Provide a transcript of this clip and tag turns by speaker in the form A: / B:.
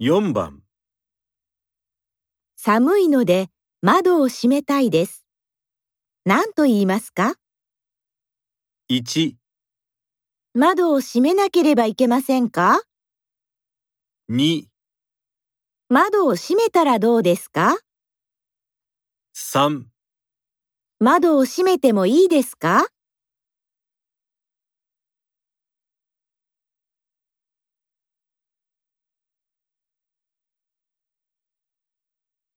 A: 4番
B: 寒いので窓を閉めたいです。何と言いますか
A: 1、
B: 窓を閉めなければいけませんか
A: 2、
B: 窓を閉めたらどうですか
A: 3
B: 窓を閉めてもいいですか